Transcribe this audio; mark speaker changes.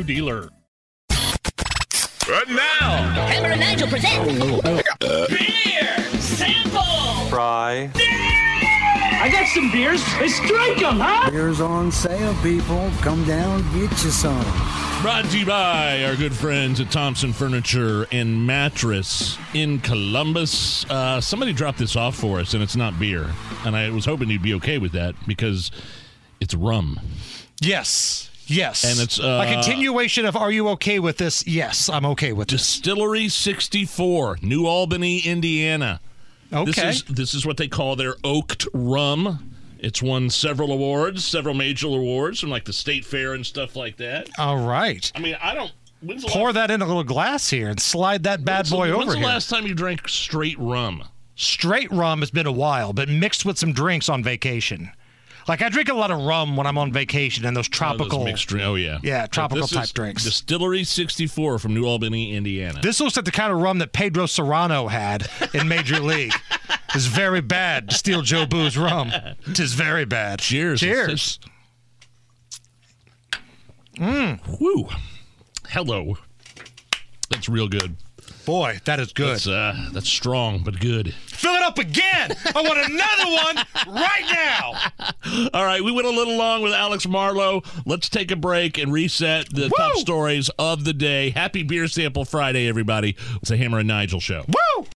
Speaker 1: dealer.
Speaker 2: Right now,
Speaker 3: Elmer and Nigel present
Speaker 2: beer sample.
Speaker 4: Fry.
Speaker 5: I got some beers. They strike them, huh?
Speaker 6: Beer's on sale, people. Come down, get you some.
Speaker 7: Brought to you by our good friends at Thompson Furniture and Mattress in Columbus. Uh, somebody dropped this off for us, and it's not beer. And I was hoping you'd be okay with that because it's rum.
Speaker 8: Yes. Yes.
Speaker 7: And it's,
Speaker 8: a
Speaker 7: uh,
Speaker 8: continuation of Are You Okay with This? Yes, I'm okay with this.
Speaker 7: Distillery 64, New Albany, Indiana. This
Speaker 8: Okay.
Speaker 7: is this is what they call their oaked rum. It's won several awards, several major awards from like the state fair and stuff like that.
Speaker 8: All right.
Speaker 7: I mean, I don't. When's the
Speaker 8: Pour
Speaker 7: last,
Speaker 8: that in a little glass here and slide that bad
Speaker 7: when's the-
Speaker 8: boy
Speaker 7: when's
Speaker 8: over
Speaker 7: the
Speaker 8: here.
Speaker 7: last time you drank straight rum?
Speaker 8: Straight rum has been a while, but mixed with some drinks on vacation. Like I drink a lot of rum when I'm on vacation and those
Speaker 7: One of those
Speaker 8: tropical.
Speaker 7: mixed drink- Oh yeah,
Speaker 8: Yeah,
Speaker 7: But
Speaker 8: tropical
Speaker 7: this
Speaker 8: type
Speaker 7: is
Speaker 8: drinks.
Speaker 7: Distillery 64 from New Albany, Indiana.
Speaker 8: This looks like the kind of rum that Pedro Serrano had in Major League. It's very bad to steal Joe Boo's rum. It is very bad.
Speaker 7: Cheers.
Speaker 8: Cheers.
Speaker 7: Woo. Mm. Hello. That's real good.
Speaker 8: Boy, that is good.
Speaker 7: That's uh, that's strong but good.
Speaker 8: Fill it up again. I want another one right now.
Speaker 7: All right, we went a little long with Alex Marlowe. Let's take a break and reset the top stories of the day. Happy Beer Sample Friday, everybody. It's a Hammer and Nigel show.
Speaker 8: Woo!